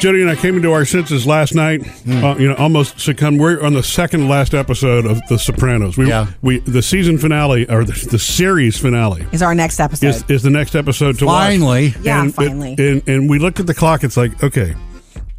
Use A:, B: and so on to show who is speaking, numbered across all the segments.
A: Jody and I came into our senses last night.
B: Hmm.
A: Uh, you know, almost succumbed. We're on the second last episode of The Sopranos. We,
B: Yeah.
A: we the season finale or the, the series finale
C: Is our next episode.
A: is, is the next episode to watch.
B: Finally.
C: Yeah,
A: and,
C: finally.
A: And, and, we looked at the clock. It's like, okay,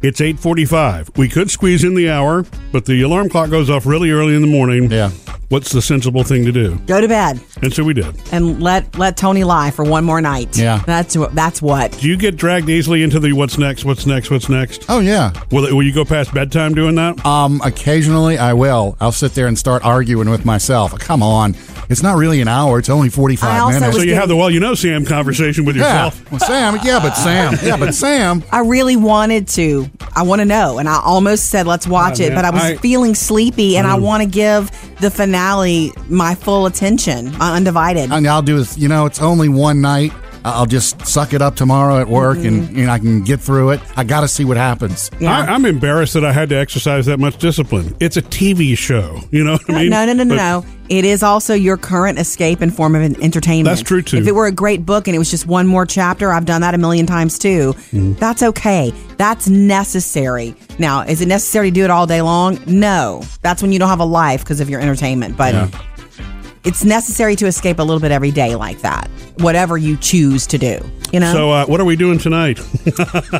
A: it's 8.45. We could squeeze in the hour, but the alarm clock goes off really early in the morning.
B: Yeah.
A: What's the sensible thing to do?
C: Go to bed
A: And so we did.
C: and let let Tony lie for one more night.
B: Yeah.
C: that's wh- that's what.
A: Do you get dragged easily into the what's next, what's next, what's next?
B: Oh yeah.
A: Will, it, will you go past bedtime doing that?
B: Um, occasionally I will. I'll sit there and start arguing with myself. Come on, it's not really an hour. It's only forty-five
C: I also
B: minutes.
A: so you have the well, you know, Sam conversation with
B: yeah,
A: yourself.
B: well, Sam. Yeah, but Sam. Yeah, but Sam.
C: I really wanted to. I want to know, and I almost said let's watch
A: Ah,
C: it,
A: man,
C: but I was
A: I-
C: feeling sleepy, and I want to give the finale my full attention, my undivided.
B: And I'll do is you know it's only one night. I- I'll just suck it up tomorrow at work, and, and I can get through it. I got to see what happens.
C: Mm-hmm. Yeah.
A: I, I'm embarrassed that I had to exercise that much discipline. It's a TV show, you know what I mean?
C: no, no, no, no,
A: But-
C: no. It is also your current escape and form of en- entertainment.
A: That's true, too.
C: If it were a great book and it was just one more chapter, I've done that a million times too.
A: Mm-hmm.
C: That's okay. That's necessary. Now, is it necessary to do it all day long? No. That's when you don't have a life because of your entertainment. But it's necessary to escape a little bit every day like that. Whatever you choose to do, you know.
A: So uh, what are we doing tonight?
C: Series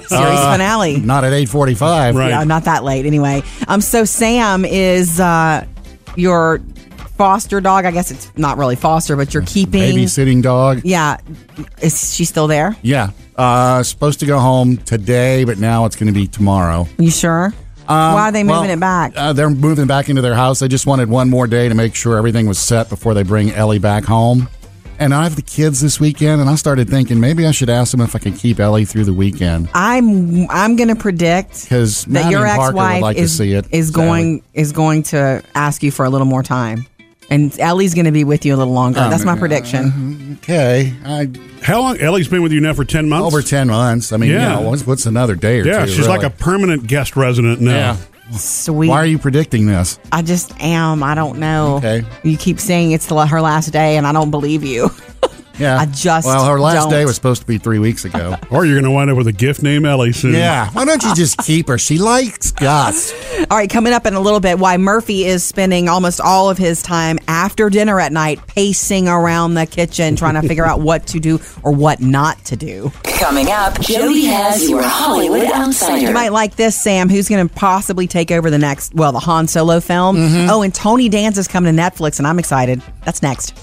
C: finale.
B: Not at eight forty-five.
A: Right.
C: Yeah, not that late anyway. Um, so Sam is uh, your foster dog. I guess it's not really foster, but you're keeping.
B: Babysitting dog.
C: Yeah, is she still there?
B: Yeah. Uh, supposed to go home today, but now it's going to be tomorrow.
C: You sure? Why are they moving
B: Um, Well,
C: it back?
B: Uh, they're moving back into their house. They just wanted one more day to make sure everything was set before they bring Ellie back home. And I have the kids this weekend, and I started thinking maybe I should ask them if I can keep Ellie through the weekend.
C: I'm I'm gonna predict
B: 'Cause
C: that
B: Maddie
C: your
B: and Parker would
C: ex-wife
B: like to
C: is
B: see it,
C: is going is going to ask you for a little more time, and Ellie's gonna be with you a little longer.
B: Oh
C: That's my
B: Mm-hmm.
C: prediction.
B: Okay, I,
A: How long? Ellie's been with you now for ten months.
B: over ten months. I mean,
A: Yeah.
B: yeah. what's, what's another day or
A: Yeah,
B: two?
A: she's like a
B: really?
A: permanent guest resident now.
B: yeah.
C: Sweet.
B: Why are you predicting this?
C: I just am. I don't know.
B: Okay.
C: You keep saying it's the, her last day, and I don't believe you.
B: Yeah,
C: I just
B: well, her last
C: don't.
B: day was supposed to be three weeks ago.
A: Or you're going to wind up with a gift named Ellie soon.
B: yeah, why don't you just keep her? She likes us.
C: All right, coming up in a little bit, why Murphy is spending almost all of his time after dinner at night pacing around the kitchen trying to figure out what to do or what not to do.
D: Coming up, Jody has your Hollywood Outsider.
C: You might like this, Sam. Who's going to possibly take over the next, well, the Han Solo film?
B: Mm-hmm.
C: Oh, and Tony Danza's coming to Netflix, and I'm excited. That's next.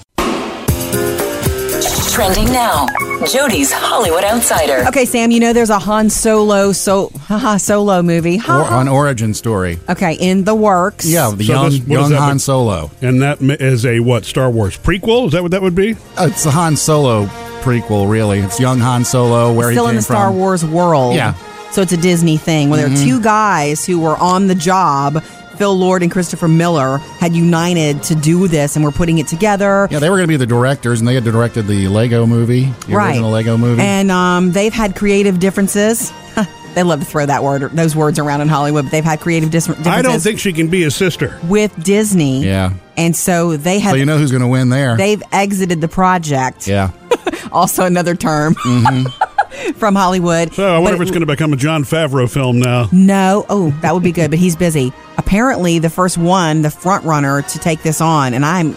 D: Trending now, Jody's Hollywood Outsider.
C: Okay, Sam, you know there's a Han Solo so, haha, solo movie.
B: Or,
C: Ha.
B: on origin story.
C: Okay, in the works.
B: Yeah, the
A: So
B: young,
A: this- what is
B: young
A: that?
B: Han Solo.
A: And that ma- is a what Star Wars prequel? Is that what that would be?
B: Uh, It's the Han Solo prequel, really. It's young Han Solo, where
C: still
B: he came
C: in the Star
B: from.
C: Wars world.
B: Yeah. Mm-hmm.
C: So it's a Disney thing where there are two guys who were on the job. Phil Lord and Christopher Miller had united to do this, and we're putting it together.
B: Yeah, they were going to be the directors, and they had directed the Lego movie, the
C: right.
B: original Lego movie.
C: And um, they've had creative differences. they love to throw that word, or those words around in Hollywood. But they've had creative dis- differences.
A: I don't think she can be his sister.
C: with Disney.
B: Yeah.
C: And so they have.
B: so you know who's going to win there?
C: they've exited the project.
B: yeah. Mm-hmm.
C: Also, another term from Hollywood.
A: So I
C: But
A: wonder
C: it
A: if it's going to become a John Favreau film now.
C: No. Oh, that would be good, but he's busy. Apparently, the first one, the front runner to take this on, and I'm,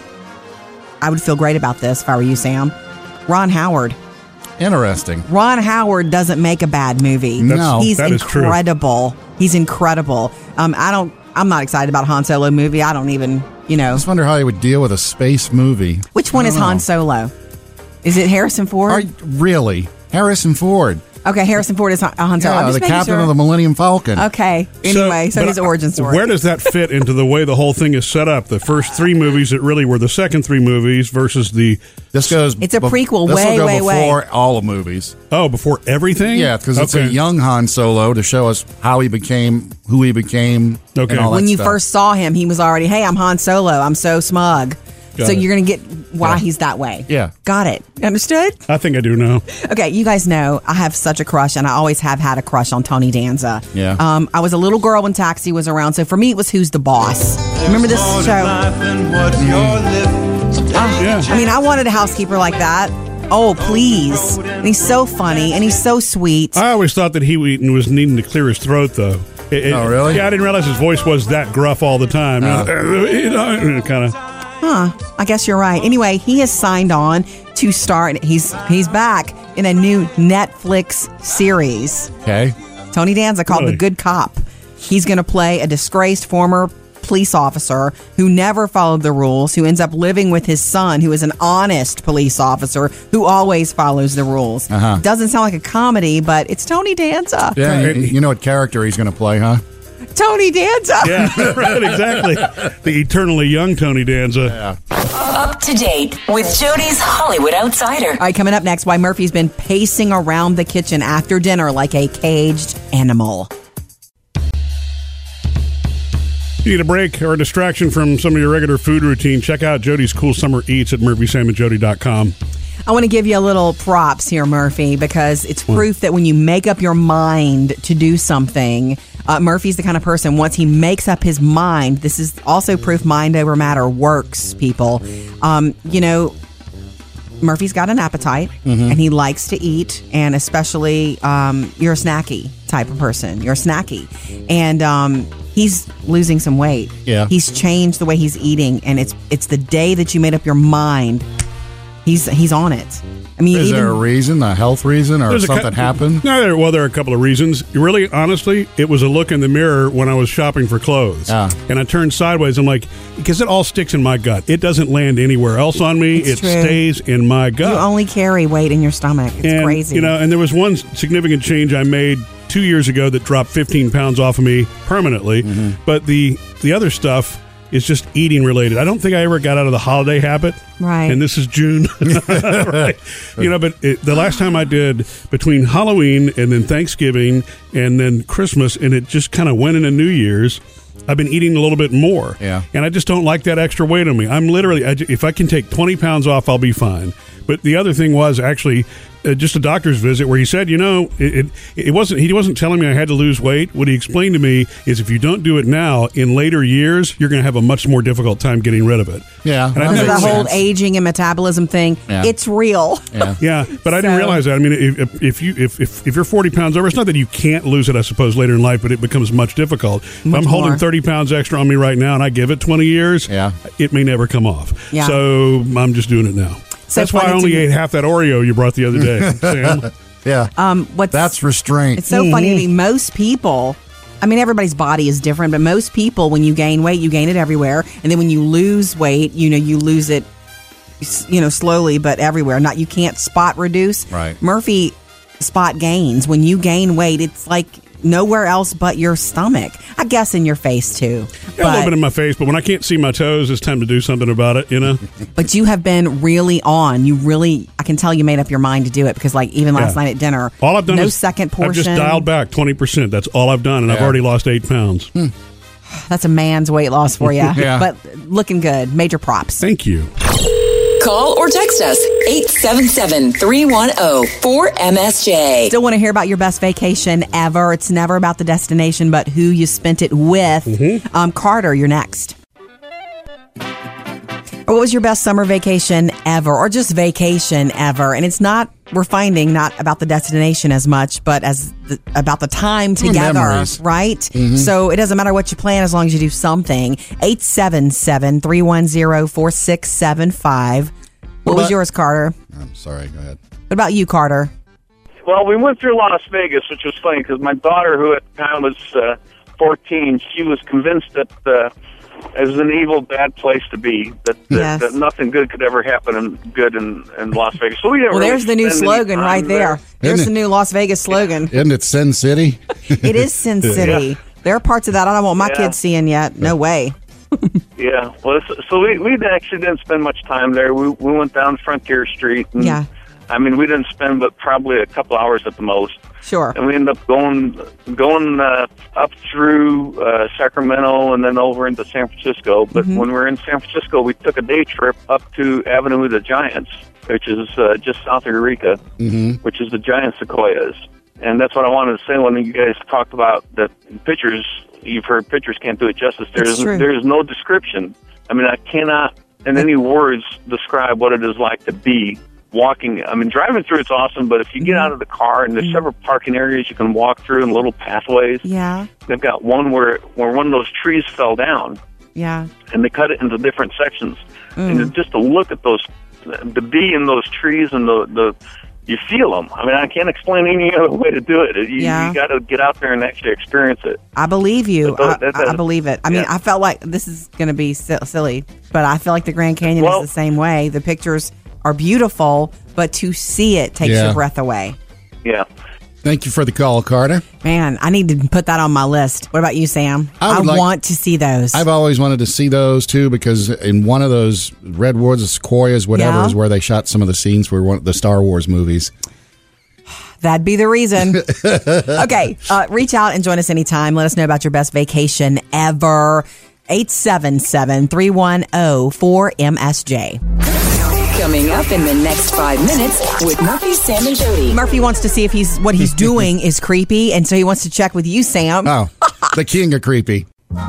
C: I would feel great about this if I were you, Sam. Ron Howard.
B: Interesting.
C: Ron Howard doesn't make a bad movie.
B: That's- No.
C: he's
A: that is true.
C: incredible. He's incredible. Um, I don't. I'm not excited about a Han Solo movie. I don't even. You know,
B: I just wonder how they would deal with a space movie.
C: which one
B: I
C: is
B: don't know.
C: Han Solo? Is it Harrison Ford?
B: Are, really? Harrison Ford.
C: okay, Harrison Ford is Han uh, Han Solo. I'm
B: Yeah,
C: just
B: the
C: making
B: captain
C: sure.
B: of the Millennium Falcon.
C: Okay. Anyway, so,
A: but
C: his
A: I-
C: origin story.
A: Where does that fit into the way the whole thing is set up? The first three movies that really were the second three movies versus the
B: This goes.
C: It's a
B: bef-
C: prequel,
B: This
C: way,
B: will go
C: way, way. Mm-hmm.
B: before all the movies.
A: oh before everything.
B: Yeah, because it's a
A: Okay.
B: young Han Solo to show us how he became who he became.
A: Okay.
B: and all that
C: when you
B: stuff.
C: first saw him, he was already, hey, I'm Han Solo. I'm so smug.
A: Got
C: so
A: it.
C: you're going to get why he's that way.
B: Yeah.
C: Got it. Understood?
A: I think I do know.
C: Okay, you guys know I have such a crush, and I always have had a crush on Tony Danza.
B: Yeah.
C: Um, I was a little girl when Taxi was around, so for me, it was Who's the Boss. Remember this Ah. show?
E: Life and what you're living.
A: Yeah.
C: I mean, I wanted a housekeeper like that. Oh, please. And he's so funny and he's so sweet.
A: I always thought that Huey Wheaton was needing to clear his throat, though. It- it-
B: Oh, really? Uh.
A: Yeah, I didn't realize his voice was that gruff all the time. you know, kind of.
C: Huh. I guess you're right. Anyway, he has signed on to star and he's he's back in a new Netflix series.
B: Okay.
C: Tony Danza called
A: Really?
C: The Good Cop. He's going to play a disgraced former police officer who never followed the rules, who ends up living with his son, who is an honest police officer who always follows the rules.
B: Uh-huh.
C: Doesn't sound like a comedy, but it's Tony Danza.
B: Yeah, you,
A: Right.
B: you know what character he's going to play, huh?
C: Tony Danza.
A: Yeah, right, exactly. The eternally young Tony Danza.
D: Up to date with Jody's Hollywood Outsider.
C: All right, coming up next, why Murphy's been pacing around the kitchen after dinner like a caged animal.
A: If You need a break or a distraction from some of your regular food routine? Check out Jody's Cool Summer Eats at murphysamandjody.com.
C: I want to give you a little props here, Murphy, because it's proof that when you make up your mind to do something, uh, Murphy's the kind of person, once he makes up his mind, this is also proof mind over matter works, people. Um, you know, Murphy's got an appetite and he likes to eat, and especially um, you're a snacky type of person. You're a snacky. And um, he's losing some weight.
B: Yeah.
C: He's changed the way he's eating, and it's it's the day that you made up your mind he's he's on it. I mean,
B: Is
C: even
B: there a reason, a health reason, or
A: cou-
B: something happened?
A: No, there, well, there are a couple of reasons. Really, honestly, it was a look in the mirror when I was shopping for clothes,
B: Ah.
A: and I turned sideways. I'm like, because it all sticks in my gut. It doesn't land anywhere else on me.
C: It's
A: it
C: true.
A: stays in my
C: you
A: gut.
C: only carry weight in your stomach. It's
A: and,
C: crazy.
A: You know, and there was one significant change I made two years ago that dropped 15 pounds off of me permanently.
B: Mm-hmm.
A: But the the other stuff is just eating related. I don't think I ever got out of the holiday habit.
C: Right.
A: And this is June. right. You know, but it, the last time I did between Halloween and then Thanksgiving and then Christmas, and it just kind of went into New Year's. I've been eating a little bit more.
B: Yeah.
A: And I just don't like that extra weight on me. I'm literally, I, ju- if I can take 20 pounds off, I'll be fine. But the other thing was actually uh, just a doctor's visit where he said, you know, it, it, it wasn't, he wasn't telling me I had to lose weight. What he explained to me is if you don't do it now, in later years, you're going to have a much more difficult time getting rid of it.
B: Yeah,
A: And I
B: that
A: think
C: because of
B: makes
C: the whole
B: sense.
C: aging and metabolism thing,
B: Yeah.
C: it's real.
B: Yeah.
A: Yeah, but I didn't
C: So-
A: realize that. I mean, if, if- if you if, if if you're 40 pounds over, it's not that you can't lose it. I suppose later in life, but it becomes much difficult. If I'm
C: Much
A: holding
C: more.
A: 30 pounds extra on me right now, and I give it 20 years.
B: Yeah.
A: it may never come off.
C: Yeah.
A: So I'm just doing it now.
C: So
A: That's why I
C: funny
A: only
C: to-
A: ate half that Oreo you brought the other day, Sam.
B: Yeah.
C: Um, what's
B: That's restraint.
C: it's so funny to me. Most people, I mean, everybody's body is different, but most people, when you gain weight, you gain it everywhere, and then when you lose weight, you know, you lose it, s- you know, slowly but everywhere. Not you can't spot reduce.
B: Right.
C: Murphy spot gains when you gain weight. It's like nowhere else but your stomach. I guess in your face
A: Yeah,
C: too.
A: a
C: but-
A: little bit in my face, but when I can't see my toes, it's time to do something about it. You know.
C: But you have been really on. You really, I can tell you made up your mind to do it because, like, even last
A: Yeah.
C: night at dinner,
A: All I've done
C: no
A: is
C: second portion.
A: I've just dialed back 20. percent That's all I've done, and I've
B: Yeah.
A: already lost eight pounds.
C: Hmm. That's a man's weight loss for you.
B: Yeah.
C: But looking good. Major props.
A: Thank you.
D: Call or text us 877 310 4MSJ.
C: Still want to hear about your best vacation ever. It's never about the destination, but who you spent it with. Um, Carter, you're next. Or what was your best summer vacation ever, or just vacation ever? And it's not. We're finding not about the destination as much, but as the, about the time together,
B: memories. Mm-hmm.
C: right? So it doesn't matter what you plan as long as you do something. 877 310 4675. What was
B: about-
C: yours, Carter?
B: I'm sorry. Go ahead.
C: What about you, Carter?
E: Well, we went through Las Vegas, which was funny because my daughter, who at the time was uh, 14, she was convinced that uh, it was an evil, bad place to be. That that,
C: Yes.
E: that nothing good could ever happen in good in, in Las Vegas. So we didn't.
C: Well,
E: really
C: there's the new
E: spend any
C: slogan
E: time
C: right there. There's
B: Isn't
C: the
B: it?
C: new Las Vegas slogan.
B: Isn't it Sin City?
C: it is Sin City. There are parts of that I don't want my
E: Yeah.
C: kids seeing yet. No way.
E: Yeah. Well, so- so we we actually didn't spend much time there. We we went down Frontier Street. And,
C: Yeah.
E: I mean, we didn't spend but probably a couple hours at the most.
C: Sure.
E: and we ended up going going uh, up through uh, Sacramento and then over into San Francisco. But
C: Mm-hmm.
E: when we were in San Francisco, we took a day trip up to Avenue of the Giants, which is uh, just south of Eureka,
C: Mm-hmm.
E: which is the giant sequoias. And that's what I wanted to say when you guys talked about the pictures. You've heard pictures can't do it justice. There's
C: true.
E: there's no description. I mean, I cannot in any words describe what it is like to be walking. I mean, driving through it's awesome, but if you
C: Mm-hmm.
E: get out of the car and there's several parking areas you can walk through and little pathways.
C: Yeah.
E: They've got one where where one of those trees fell down,
C: Yeah.
E: and they cut it into different sections.
C: Mm.
E: And just to look at those, the bee in those trees and the the. You feel them. I mean, I can't explain any other way to do it. You,
C: Yeah.
E: you got to get out there and actually experience it.
C: I believe you.
E: That's-
C: I,
E: that's-
C: I- I believe it. I mean,
E: yeah.
C: I felt like this is going to be si- silly, but I feel like the Grand Canyon
E: Well-
C: is the same way. The pictures are beautiful, but to see it takes
B: Yeah.
C: your breath away.
E: Yeah.
B: Thank you for the call, Carter.
C: Man, I need to put that on my list. What about you, Sam?
B: I would like-
C: want to see those.
B: I've always wanted to see those too because in one of those redwoods, the sequoias, whatever,
C: Yeah.
B: is where they shot some of the scenes for one the Star Wars movies.
C: That'd be the reason. okay, uh, reach out and join us anytime. Let us know about your best vacation ever. 877 310 4MSJ.
D: Coming up in the next five minutes with Murphy, Sam, and Jody.
C: Murphy wants to see if he's what he's doing is creepy, and so he wants to check with you, Sam.
B: Oh, the king of creepy.
A: You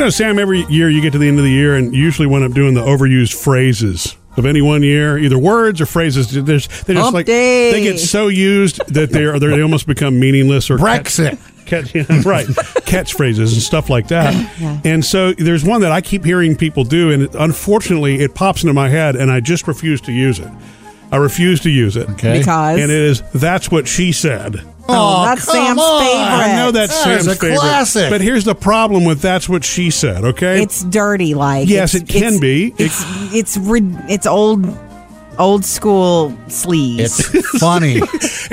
A: know, Sam, every year you get to the end of the year and you usually wind up doing the overused phrases of any one year, either words or phrases. There's, they just
C: Hump
A: like
C: day.
A: they get so used that they're, they're they almost become meaningless or
B: Brexit.
A: Catch, yeah, right, catchphrases and stuff like that. And so there's one that I keep hearing people do, and unfortunately, it pops into my head, and I just refuse to use it. I refuse to use it.
B: Okay.
C: Because
A: And it is, that's what she said.
C: Oh, that's
B: come
C: Sam's
B: on.
C: favorite.
A: I know that's
B: That is
A: Sam's
B: a
A: favorite.
B: classic.
A: But here's the problem with that's what she said, okay?
C: it's dirty, like
A: Yes,
C: it's-
A: it can
C: it's-
A: be. It-
C: It's it's re- it's old old school sleaze.
B: It's funny.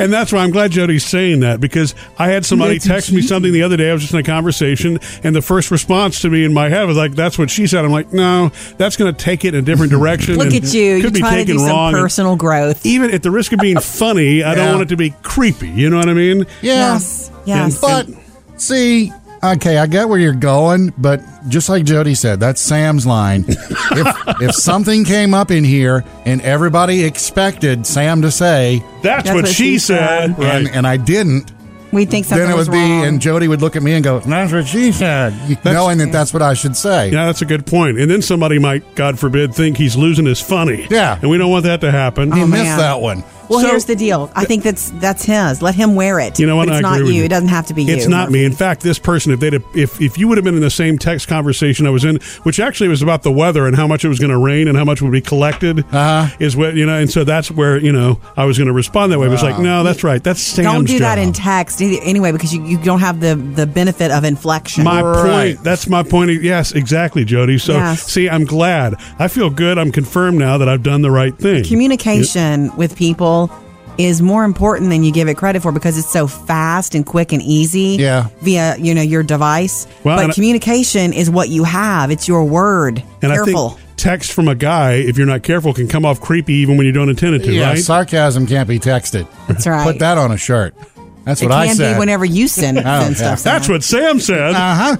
A: And that's why I'm glad Jody's saying that because I had somebody text me something the other day. I was just in a conversation, and the first response to me in my head was like, "That's what she said." I'm like, "No, that's going to take it in a different direction."
C: Look
A: and
C: at you. You're
A: Could be
C: trying to
A: taken
C: do some
A: wrong. and
C: personal growth.
A: even at the risk of being funny, I don't
B: Yeah.
A: want it to be creepy. You know what I mean?
B: Yeah.
C: Yes. Yes.
B: But see, okay, I get where you're going, but just like Jody said, that's Sam's line. if, if something came up in here and everybody expected Sam to say,
A: That's, what, she said.
B: and, and I didn't,
C: we think something
B: then it
C: was
B: would be,
C: wrong.
B: and Jody would look at me and go, "That's what she said," knowing that that's what I should say.
A: Yeah, that's a good point. And then somebody might, God forbid, think he's losing his funny.
B: Yeah. Oh,
A: And we don't want that to happen.
B: You missed
C: Oh, man.
B: that one.
C: well,
A: so-
C: here's the deal. I think that's that's his. Let him wear it.
A: You know what?
C: But
A: I
C: it's
A: agree
C: not
A: with
C: you.
A: you.
C: It doesn't have to be you.
A: It's not me. In fact, this person, if they'd have, if if you would have been in the same text conversation I was in, which actually was about the weather and how much it was going to rain and how much would be collected,
B: Uh-huh.
A: is what you know. And so that's where you know I was going to respond that way. It was like, no, that's right. That's Sam's
C: Don't do that
A: job.
C: in text either- anyway because you, you don't have the, the benefit of inflection.
A: my
B: Right.
A: point. That's my point. Yes, exactly, Jody. So,
C: Yes.
A: see, I'm glad. I feel good. I'm confirmed now that I've done the right thing.
C: Communication with people is more important than you give it credit for because it's so fast and quick and easy
B: Yeah.
C: via you know your device.
A: Well, and I-
C: but communication is what you have. It's your word.
A: and I
C: Careful.
A: think text from a guy, if you're not careful, can come off creepy even when you don't intend it to.
B: Yeah,
A: right?
B: sarcasm can't be texted.
C: That's right.
B: Put that on a shirt. That's
C: it
B: what I
C: can
B: said. Oh,
C: be whenever you send, send
B: yeah.
C: stuff. Sam.
A: That's what Sam said.
B: uh huh.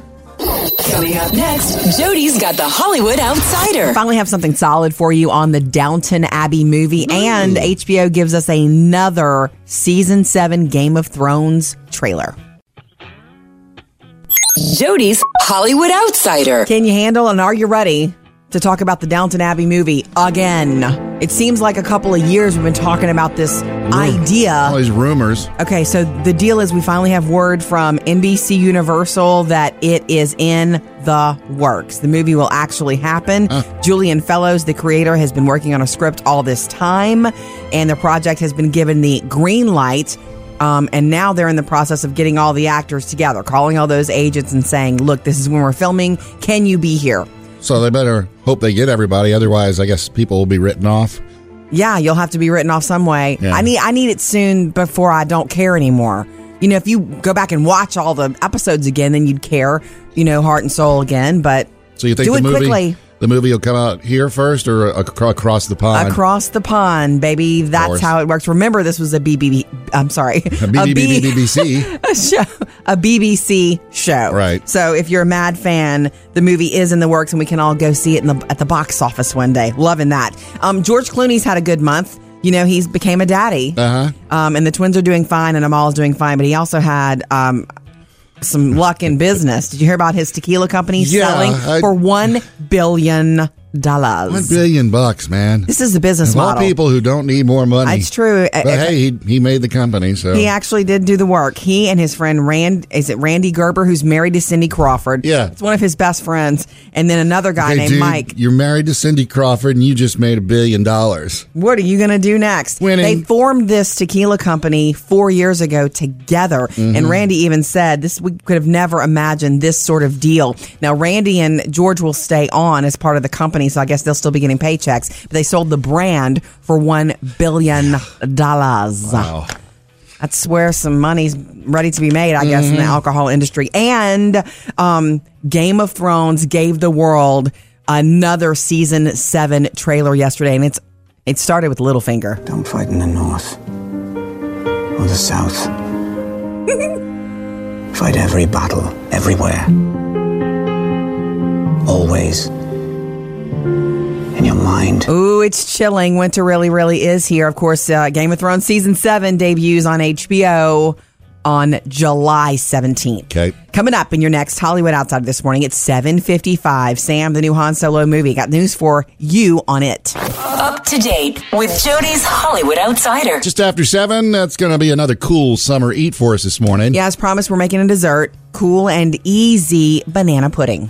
D: Coming up next, Jody's got the Hollywood Outsider.
C: finally have something solid for you on the Downton Abbey movie, and HBO gives us another season seven Game of Thrones trailer.
D: Jody's Hollywood Outsider.
C: Can you handle and are you ready to talk about the Downton Abbey movie again? It seems like a couple of years we've been talking about this
B: All
C: idea.
B: these rumors.
C: Okay, so the deal is we finally have word from NBC Universal that it is in the works. The movie will actually happen. Julian Fellows, the creator, has been working on a script all this time, and the project has been given the green light. Um, and now they're in the process of getting all the actors together, calling all those agents and saying, look, this is when we're filming. Can you be here?
B: So they better hope they get everybody. Otherwise, I guess people will be written off.
C: Yeah, you'll have to be written off some way.
B: Yeah.
C: I need I need it soon before I don't care anymore. You know, if you go back and watch all the episodes again, then you'd care, you know, heart and soul again. But
B: So you think
C: do
B: the
C: it
B: movie
C: quickly
B: the movie will come out here first or ac- across the pond?
C: across the pond, baby. That's
B: course.
C: how it works. Remember, this was a BBB. I'm sorry,
B: A BBBBBC.
C: a show, a BBC show.
B: Right.
C: So if you're a mad fan, the movie is in the works, and we can all go see it in the, at the box office one day. Loving that. Um, George Clooney's had a good month. You know, he's became a daddy.
B: Uh-huh.
C: Um, and the twins are doing fine, and Amal's doing fine. But he also had um, some luck in business. Did you hear about his tequila company
B: Yeah,
C: selling
B: I-
C: for one billion
B: One
C: dollars.
B: billion bucks, man.
C: This is the business
B: Of all
C: model.
B: people who don't need more money.
C: It's true.
B: But
C: If-
B: hey, he, he made the company, so
C: He actually did do the work. He and his friend Rand is it Randy Gerber, who's married to Cindy Crawford.
B: Yeah.
C: it's one of his best friends, and then another guy
B: Hey,
C: named
B: dude,
C: Mike.
B: You're married to Cindy Crawford, and you just made a billion dollars.
C: What are you going to do next?
B: Winning.
C: They formed this tequila company four years ago together,
B: Mm-hmm.
C: and Randy even said this. We could have never imagined this sort of deal. Now Randy and George will stay on as part of the company, so I guess they'll still be getting paychecks. But they sold the brand for one billion dollars.
B: Wow.
C: That's where some money's ready to be made, I guess, in the alcohol industry. And um, Game of Thrones gave the world another season seven trailer yesterday, and it's it started with Littlefinger.
F: Don't fight in the north or the south. fight every battle, everywhere. Always. In your mind.
C: Ooh, it's chilling. Winter really, really is here. Of course, uh, Game of Thrones season seven debuts on HBO on July seventeenth.
B: Okay.
C: Coming up in your next Hollywood Outside this morning, it's seven fifty-five. Sam, the new Han Solo movie, got news for you on it.
D: Up to date with Jody's Hollywood Outsider.
B: Just after seven, that's going to be another cool summer eat for us this morning.
C: Yeah, as promised, we're making a dessert cool and easy banana pudding.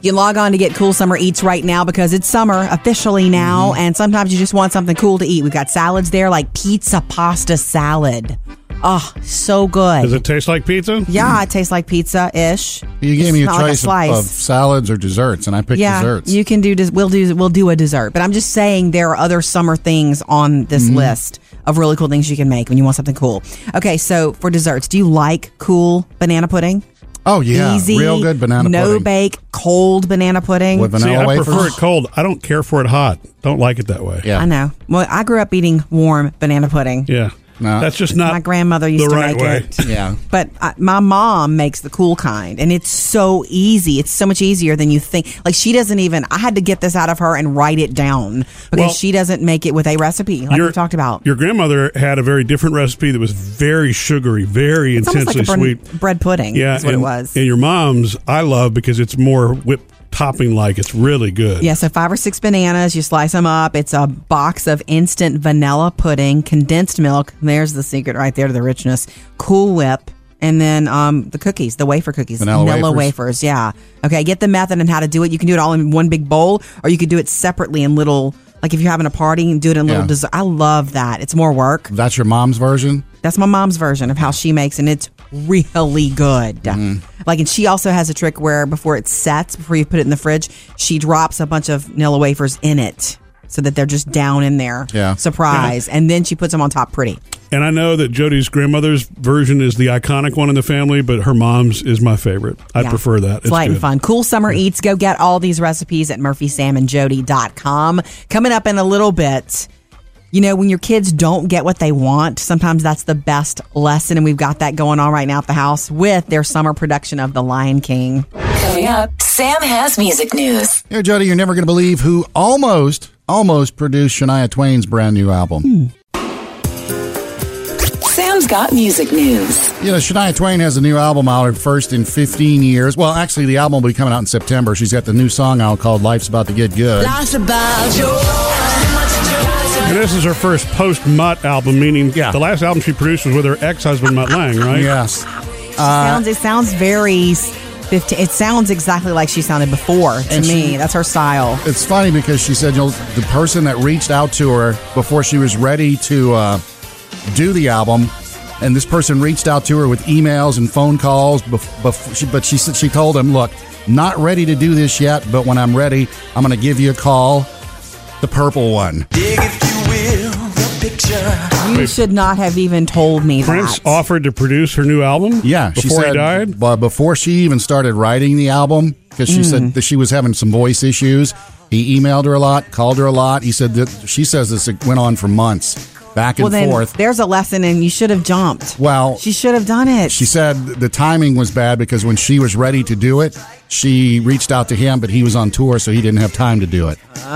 C: You log on to get Cool Summer Eats right now because it's summer officially now,
B: Mm-hmm.
C: and sometimes you just want something cool to eat. We've got salads there like pizza pasta salad. Oh, so good.
A: Does it taste like pizza?
C: yeah, it tastes like pizza ish.
B: You gave me a choice of-
C: slice.
B: of, salads or desserts, and I picked
C: yeah,
B: desserts.
C: you can do. des- We'll do. We'll do a dessert. But I'm just saying there are other summer things on this
B: Mm-hmm.
C: list of really cool things you can make when you want something cool. Okay, so for desserts, do you like cool banana pudding?
B: oh yeah,
C: Easy,
B: real good banana
C: no
B: pudding
C: bake, cold banana pudding.
B: with
A: See,
B: vanilla
A: I
B: wafers.
A: prefer it cold. I don't care for it hot. Don't like it that way.
B: Yeah.
C: I know. Well, I grew up eating warm banana pudding.
A: Yeah.
B: No.
A: That's just not
C: My grandmother used
A: the
C: to
A: right
C: make
A: way.
C: it.
B: Yeah.
C: But I, my mom makes the cool kind, and it's so easy. It's so much easier than you think. Like she doesn't even. I had to get this out of her and write it down because
A: Well,
C: she doesn't make it with a recipe like we talked about.
A: Your grandmother had a very different recipe that was very sugary, very
C: It's almost
A: intensely
C: like a bun-
A: sweet.
C: bread pudding.
A: Yeah,
C: Yeah, is what
A: and,
C: it was.
A: And your mom's, I love because it's more whip topping like. It's really good.
C: yeah, so five or six bananas, you slice them up. It's a box of instant vanilla pudding, condensed milk. There's the secret right there to the richness. Cool Whip, and then um, the cookies, the wafer cookies,
B: Vanilla
C: wafers. Yeah. Okay, get the method and how to do it. You can do it all in one big bowl, or you could do it separately in little. Like if you're having a party and do it in little
B: Yeah.
C: dessert. I love that. It's more work.
B: That's your mom's version.
C: That's my mom's version of how she makes, and it's really good.
A: Mm-hmm.
C: Like, and she also has a trick where before it sets, before you put it in the fridge, she drops a bunch of Nilla wafers in it so that they're just down in there.
B: Yeah.
C: Surprise. And then she puts them on top pretty.
A: And I know that Jody's grandmother's version is the iconic one in the family, but her mom's is my favorite. I
C: Yeah.
A: prefer that.
C: It's, light and
A: good.
C: fun. Cool summer eats. Go get all these recipes at murphysamandjody.com. Coming up in a little bit. You know, when your kids don't get what they want, sometimes that's the best lesson. And we've got that going on right now at the house with their summer production of The Lion King.
D: Coming up, Sam has music news.
B: Here, Jody, you're never going to believe who almost, almost produced Shania Twain's brand new album.
D: Sam's got music news.
B: You know, Shania Twain has a new album out, her first in 15 years. Well, actually, the album will be coming out in September. She's got the new song out called Life's About to Get Good.
A: And this is her first post Mutt album, meaning
B: Yeah.
A: the last album she produced was with her ex husband, Mutt Lang, right?
B: Yes. Uh,
C: sounds it sounds very s- 15 it sounds exactly like she sounded before to
B: And she-
C: me that's her style
B: It's funny because she said, you know, the person that reached out to her before she was ready to uh, do the album, and this person reached out to her with emails and phone calls, bef- bef- she, but she said she told him, look, not ready to do this yet, but when I'm ready, I'm going to give you a call. The purple one.
G: Dig if you will the picture.
C: you should not have even told me
A: Prince
C: that
A: offered to produce her new album
B: Yeah,
A: before
B: she said,
A: he died.
B: But before she even started writing the album, because she
C: Mm.
B: said that she was having some voice issues. He emailed her a lot, called her a lot. He said that she says this went on for months. back and
C: well, then
B: forth.
C: there's a lesson, and you should have jumped.
B: Well,
C: she should have done it.
B: She said the timing was bad because when she was ready to do it, she reached out to him, but he was on tour, so he didn't have time to do it. Oh.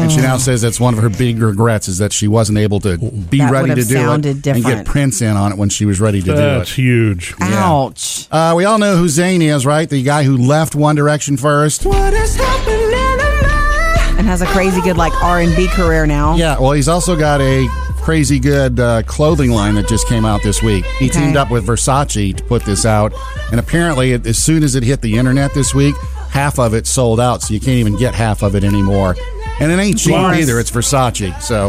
B: And she now says that's one of her big regrets is that she wasn't able to be
C: That
B: ready
C: would
B: to
C: have
B: do
C: sounded
B: it and
C: different.
B: get Prince in on it when she was ready to
A: That's
B: do it.
A: huge.
C: Ouch.
B: Uh, we all know who Zayn is, right? The guy who left One Direction first.
G: What is happening tonight?
C: And has a crazy good like R and B career now.
B: Yeah, well, he's also got a crazy good uh, clothing line that just came out this week. He
C: Okay.
B: teamed up with Versace to put this out, and apparently, it, as soon as it hit the internet this week, half of it sold out, so you can't even get half of it anymore. And it ain't cheap
A: Nice.
B: either. It's Versace, so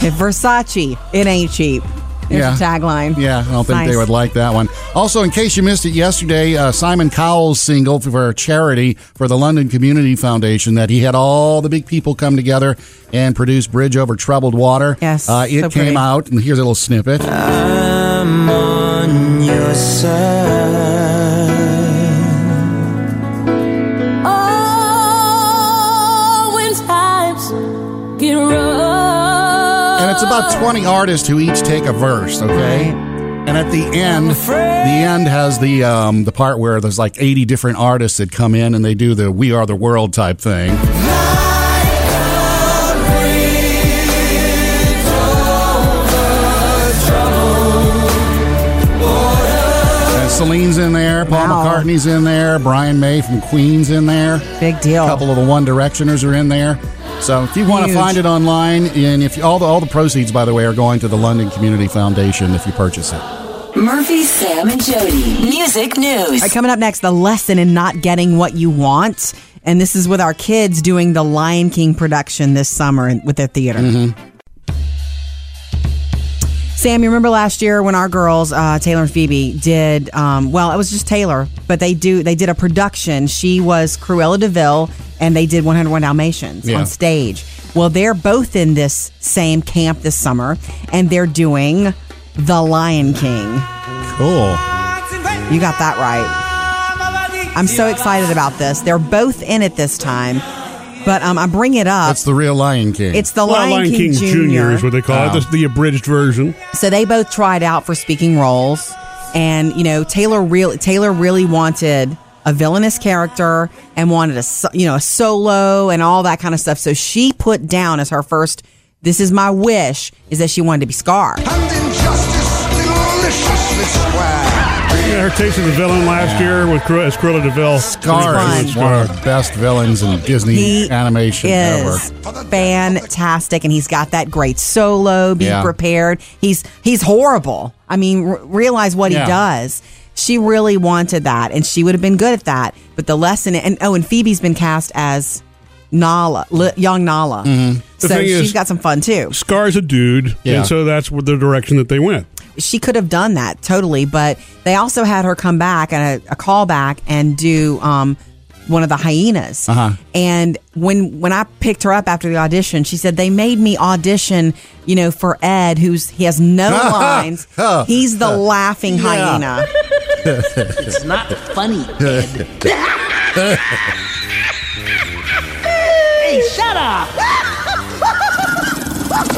C: If Versace, it ain't cheap. There's
B: Yeah.
C: a tagline.
B: yeah, I don't think
C: Nice.
B: they would like that one. Also, in case you missed it yesterday, uh, Simon Cowell's single for charity for the London Community Foundation that he had all the big people come together and produce "Bridge Over Troubled Water."
C: Yes,
B: uh, it
C: so pretty.
B: came out, and here's a little snippet.
G: I'm on your side.
H: Oh, when times get rough.
B: And it's about 20 artists who each take a verse, okay? And at the end, the end has the um, the part where there's like 80 different artists that come in and they do the "We Are the World" type thing. And Celine's in there, Paul
C: Wow.
B: McCartney's in there, Brian May from Queen's in there.
C: Big deal.
B: A couple of the One Directioners are in there. So if you want to
C: Oh. Huge.
B: find it online, and if you, all the all the proceeds, by the way, are going to the London Community Foundation if you purchase it.
D: Murphy, Sam, and Jody. Music news.
C: All right, coming up next, the lesson in not getting what you want. And this is with our kids doing the Lion King production this summer in- with their theater. Sam, you remember last year when our girls, uh, Taylor and Phoebe, did um, well? It was just Taylor, but they do they did a production. She was Cruella Deville, and they did 101 Dalmatians
B: Yeah.
C: on stage. Well, they're both in this same camp this summer, and they're doing The Lion King.
B: Cool.
C: Uh, You got that right. I'm so excited about this. They're both in it this time, but um, I bring it up.
B: That's the real Lion King.
C: it's the
A: Well,
C: Lion, King, Jr.
A: is what they call
B: Oh.
A: it, the, the abridged version.
C: so they both tried out for speaking roles, and you know Taylor real Taylor really wanted a villainous character and wanted a so- you know a solo and all that kind of stuff. So she put down as her first. This is my wish is that she wanted to be Scar.
I: And injustice deliciously square.
A: Yeah, her taste of the villain last year with Cru- as Cruella Deville.
B: Scar
C: It's
B: is
A: Scar.
B: one of the best villains in Disney
C: He
B: animation ever.
C: is fantastic, and he's got that great solo. Be
B: Yeah.
C: prepared. He's he's horrible. I mean, r- realize what
B: Yeah.
C: he does. She really wanted that, and she would have been good at that. But the lesson, and oh, and Phoebe's been cast as Nala, li- young Nala.
B: Mm-hmm.
A: The
C: So
A: thing
C: she's
A: is-
C: got some fun too.
A: Scar's a dude,
B: Yeah.
A: and so that's what the direction that they went.
C: She could have done that totally, but they also had her come back and a, a callback and do um, one of the hyenas.
B: Uh-huh.
C: And when when I picked her up after the audition, she said they made me audition, you know, for Ed, who's he has no lines. He's the laughing hyena.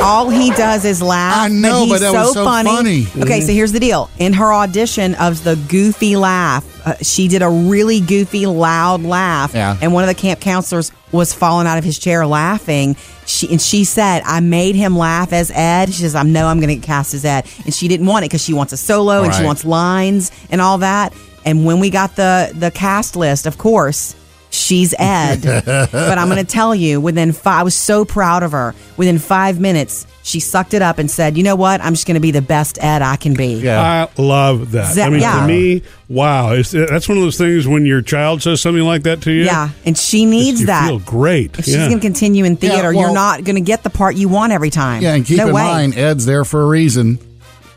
C: All he does is laugh.
B: I know,
C: he's
B: but that was so funny.
C: Okay, so here's the deal. In her audition of the goofy laugh, uh, she did a really goofy, loud laugh,
B: Yeah.
C: and one of the camp counselors was falling out of his chair laughing. She and she said, "I made him laugh as Ed." She says, "I know I'm going to get cast as Ed," and she didn't want it because she wants a solo and she
B: Right.
C: wants lines and all that. And when we got the the cast list, of course. She's Ed. but I'm going to tell you, within five, I was so proud of her. Within five minutes, she sucked it up and said, you know what? I'm just going to be the best Ed I can be.
B: Yeah.
A: I love that.
C: Za-
A: I mean,
C: yeah.
A: to me, wow, it's, that's one of those things when your child says something like that to you.
C: Yeah, And she needs
A: you
C: that.
A: feel great.
C: If she's
A: yeah.
C: going to continue in
B: Yeah,
C: theater,
B: well-
C: you're not going to get the part you want every time.
B: Yeah, and keep
C: no
B: in
C: way.
B: mind, Ed's there for a reason.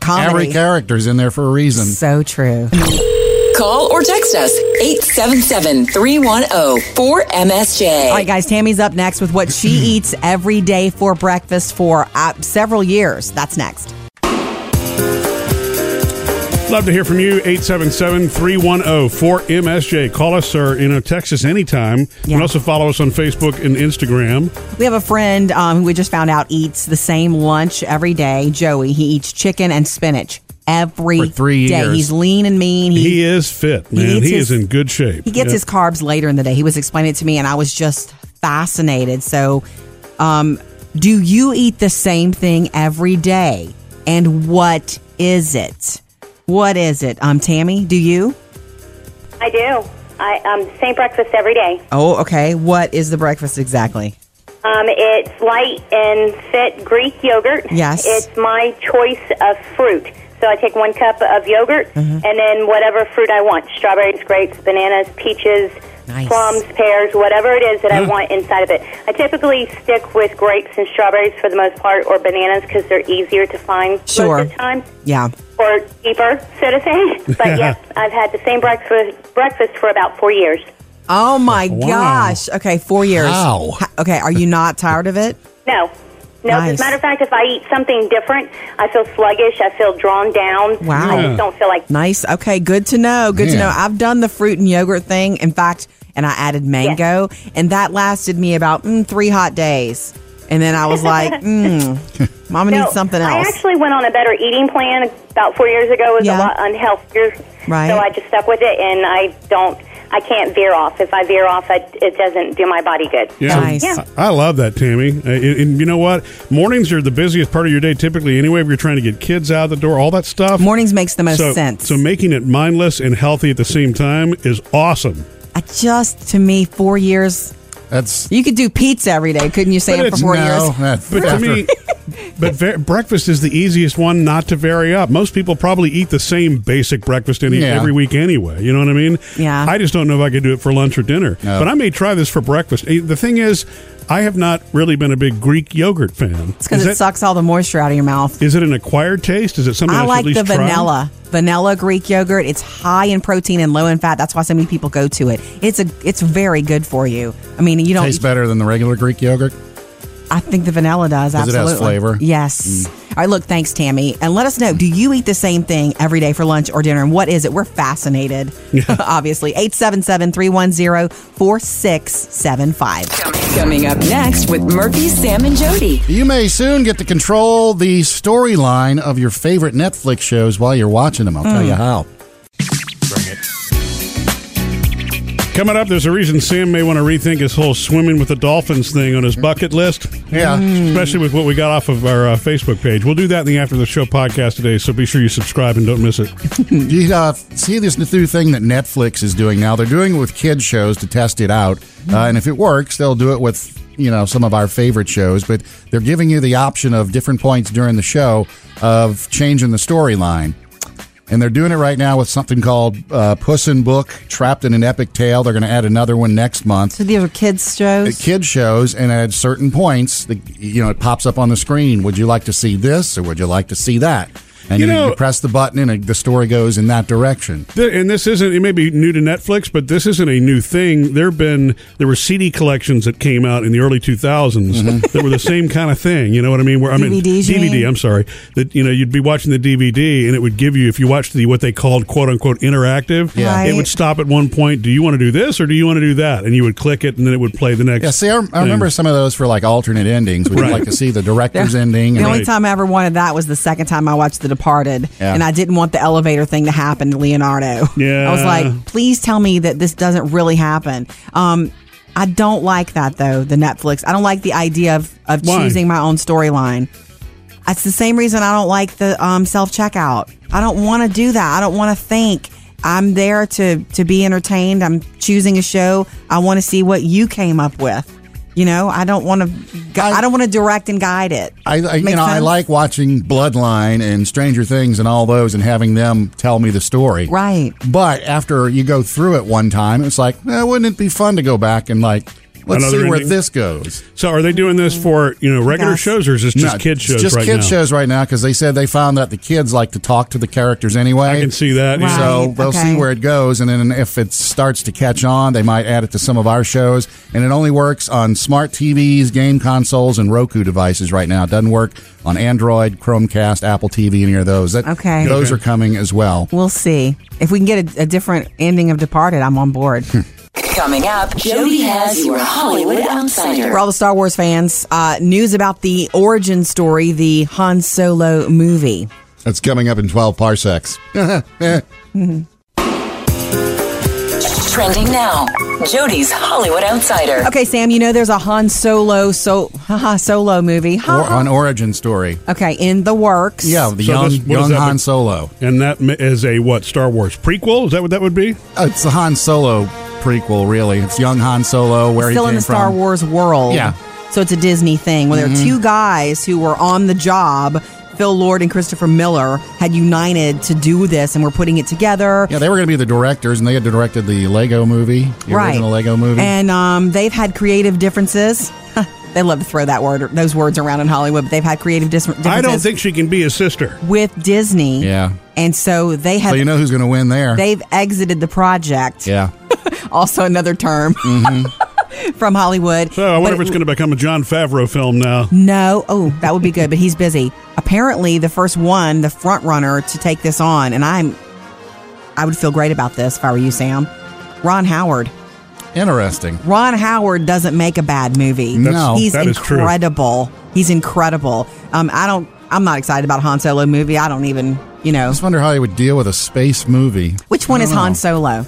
B: Every
C: Comedy.
B: character's in there for a reason.
C: So true.
D: Call or text us 877 310
C: All right,
D: 4MSJ.
C: guys, Tammy's up next with what she eats every day for breakfast for uh, several years. That's next.
A: Love to hear from you. oh, 877-310-4MSJ. Call us or, you know, text us anytime. You can
C: Yeah.
A: also follow us on Facebook and Instagram.
C: We have a friend um, who we just found out eats the same lunch every day. Joey, he eats chicken and spinach every day.
B: For three years.
C: He's lean and mean. He,
A: He is fit, man.
C: eats
A: He
C: his-
A: is in good shape.
C: he gets
A: Yeah.
C: his carbs later in the day. He was explaining it to me, and I was just fascinated. So, um, do you eat the same thing every day? And what is it? What is it? Um, Tammy, do you?
J: I do. I um, same breakfast every day.
C: Oh, okay. What is the breakfast exactly?
J: Um, it's light and fit Greek yogurt.
C: Yes.
J: It's my choice of fruit. So I take one cup of yogurt
C: Mm-hmm.
J: and then whatever fruit I want strawberries, grapes, bananas, peaches,
C: Nice. Mm-hmm.
J: plums, pears, whatever it is that I
A: Yeah.
J: want inside of it. I typically stick with grapes and strawberries for the most part or bananas because they're easier to find
C: Sure.
J: most of the time.
C: Yeah.
J: Or cheaper, so to say. But yes, I've had the same breakfast breakfast for about four years.
C: Oh my
A: Wow.
C: gosh. Okay, four years.
B: How?
C: Ha- Okay, are you not tired of it?
J: No. No,
C: Nice.
J: as a matter of fact, if I eat something different, I feel sluggish. I feel drawn down.
C: Wow.
J: I just don't feel like.
C: Nice. Okay, good to know. Good to
B: Yeah.
C: know. I've done the fruit and yogurt thing. In fact, and I added mango, and that lasted me about mm, three hot days. And then I was like, mm, Mama
J: No,
C: needs something
J: I
C: else.
J: actually went on a better eating plan about four years ago. It was
C: Yeah.
J: a lot unhealthier.
C: Right.
J: So I just stuck with it, and I don't. I can't veer off. If I veer off, I, it doesn't do my body good.
A: Yeah.
C: Nice.
J: Yeah.
A: I I love that, Tammy. Uh, And, and you know what? Mornings are the busiest part of your day typically. Anyway, if you're trying to get kids out the door, all that stuff.
C: Mornings makes the most
A: so,
C: sense.
A: So making it mindless and healthy at the same time is awesome.
C: I just, to me, four years.
B: That's
C: You could do pizza every day, couldn't you,
A: But
C: Sam, for
A: it's-
C: four
B: no,
C: years?
B: that's
A: But to
B: after-
A: me, but ver- breakfast is the easiest one not to vary up. Most people probably eat the same basic breakfast any,
B: Yeah.
A: every week anyway. You know what I mean?
C: Yeah.
A: I just don't know if I could do it for lunch or dinner.
B: No.
A: But I may try this for breakfast. Eh, The thing is, I have not really been a big Greek yogurt fan.
C: It's because
A: Is
C: it
A: that-
C: sucks all the moisture out of your mouth.
A: Is it an acquired taste? Is it something I,
C: I
A: should
C: like
A: at least
C: the
A: try?
C: vanilla. Vanilla Greek yogurt. It's high in protein and low in fat. That's why so many people go to it. It's a it's very good for you. I mean, you don't
B: tastes better than the regular Greek yogurt.
C: I think the vanilla does
B: 'Cause it has
C: absolutely.
B: flavor. Mm.
C: Yes. All right, look, thanks Tammy. And let us know, do you eat the same thing every day for lunch or dinner and what is it? We're fascinated. Obviously. 877-310-4675.
D: Coming up next with Murphy, Sam, and Jody.
B: You may soon get to control the storyline of your favorite Netflix shows while you're watching them. I'll tell
C: Mm.
B: you how.
A: Coming up, there's a reason Sam may want to rethink his whole swimming with the dolphins thing on his bucket list.
B: Yeah.
A: Especially with what we got off of our uh, Facebook page. We'll do that in the After the Show podcast today, so be sure you subscribe and don't miss it.
B: Do you uh, see this new thing that Netflix is doing now? They're doing it with kids shows to test it out, uh, and if it works, they'll do it with you know some of our favorite shows. But they're giving you the option of different points during the show of changing the storyline. And they're doing it right now with something called uh, Puss in Book, Trapped in an Epic Tale. They're going to add another one next month.
C: So these are kids
B: at
C: shows.
B: kid shows and at certain points the, you know it pops up on the screen would you like to see this or would you like to see that and
A: You
B: you,
A: know-
B: you press the button and it, the story goes in that direction
A: Th- and this isn't it may be new to netflix but this isn't a new thing there been there were cd collections that came out in the early 2000s
C: Mm-hmm.
A: that were the same kind of thing you know what i mean where i mean
C: DVDs, you
A: dvd
C: mean?
A: i'm sorry that you know you'd be watching the dvd and it would give you if you watched the what they called quote unquote interactive
B: Yeah.
A: it would
C: Right.
A: stop at one point do you want to do this or do you want to do that and you would click it and then it would play the next
B: yeah see i, I remember some of those for like alternate endings would
A: Right.
B: you like to see the director's ending
C: The
B: and
C: only
A: Right.
C: time I ever wanted that was the second time I watched The Departed,
B: Yeah.
C: and I didn't want the elevator thing to happen to Leonardo.
A: Yeah.
C: I was like, please tell me that this doesn't really happen. Um, I don't like that though. The Netflix, I don't like the idea of of
A: Why?
C: choosing my own storyline. That's the same reason I don't like the um, self checkout. I don't want to do that. I don't want to think. I'm there to to be entertained. I'm choosing a show. I want to see what you came up with. You know, I don't want to. I,
B: I-
C: don't want to direct and guide it.
B: I, I you
C: Make
B: know I
C: sense?
B: like watching Bloodline and Stranger Things and all those and having them tell me the story.
C: Right.
B: But after you go through it one time, it's like, eh, wouldn't it be fun to go back and like Let's
A: another
B: see where
A: ending?
B: this goes.
A: So, are they doing this for you know regular
C: Yes.
A: shows, or is this just
B: Mm. No,
A: kid
B: it's
A: shows
B: Just
A: right
B: kid
A: now?
B: shows right now because they said they found that the kids like to talk to the characters anyway.
A: I can see that.
C: Right.
A: yeah.
B: So they'll
C: okay.
B: see where it goes, and then if it starts to catch on, they might add it to some of our shows. And it only works on smart TVs, game consoles, and Roku devices right now. It doesn't work on Android, Chromecast, Apple TV, any of those. That,
C: Okay.
B: those
A: Okay.
B: are coming as well.
C: We'll see. If we can get a, a different ending of Departed, I'm on board.
D: Coming up, Jody has your Hollywood Outsider.
C: For all the Star Wars fans, uh, news about the origin story, the Han Solo movie.
B: That's coming up in twelve parsecs.
D: Trending now. Jody's Hollywood Outsider.
C: Okay, Sam, you know there's a Han Solo so haha, solo movie. Ha,
B: or
C: ha.
B: on Origin Story.
C: okay, in the works.
B: Yeah, the
A: So
B: young,
A: this- what is
B: young
A: that
B: Han
A: with-
B: Solo.
A: And that m- is a what Star Wars prequel? Is that what that would be?
B: Uh, It's the Han Solo prequel, really. It's young Han Solo, where
C: still
B: he came
C: in the
B: from.
C: Star Wars world.
B: Yeah. Mm-hmm.
C: So it's a Disney thing where there are two guys who were on the job. Phil Lord and Christopher Miller had united to do this, and we're putting it together.
B: Yeah, they were going to be the directors, and they had directed the Lego movie, the
C: right.
B: original Lego movie.
C: And um, they've had creative differences. they love to throw that word, those words around in Hollywood. But they've had creative dis- differences.
A: I don't think she can be his sister.
C: with Disney.
B: Yeah.
C: And so they have.
B: so you know who's going to win there.
C: they've exited the project.
B: yeah. Mm-hmm.
C: Also another term from Hollywood.
A: So I wonder if
C: But
A: it's going to become a John Favreau film now.
C: No. Oh, that would be good, but he's busy. Apparently, the first one, the front runner to take this on, and I'm, I would feel great about this if I were you, Sam. Ron Howard.
B: Interesting.
C: Ron Howard doesn't make a bad movie.
B: That's- No.
C: he's
A: that is true.
C: incredible. He's incredible. Um, I don't. I'm not excited about Han Solo movie. I don't even. You know,
B: I just wonder how they would deal with a space movie.
C: which one
B: I
C: is
B: don't
C: Han
B: know.
C: Solo?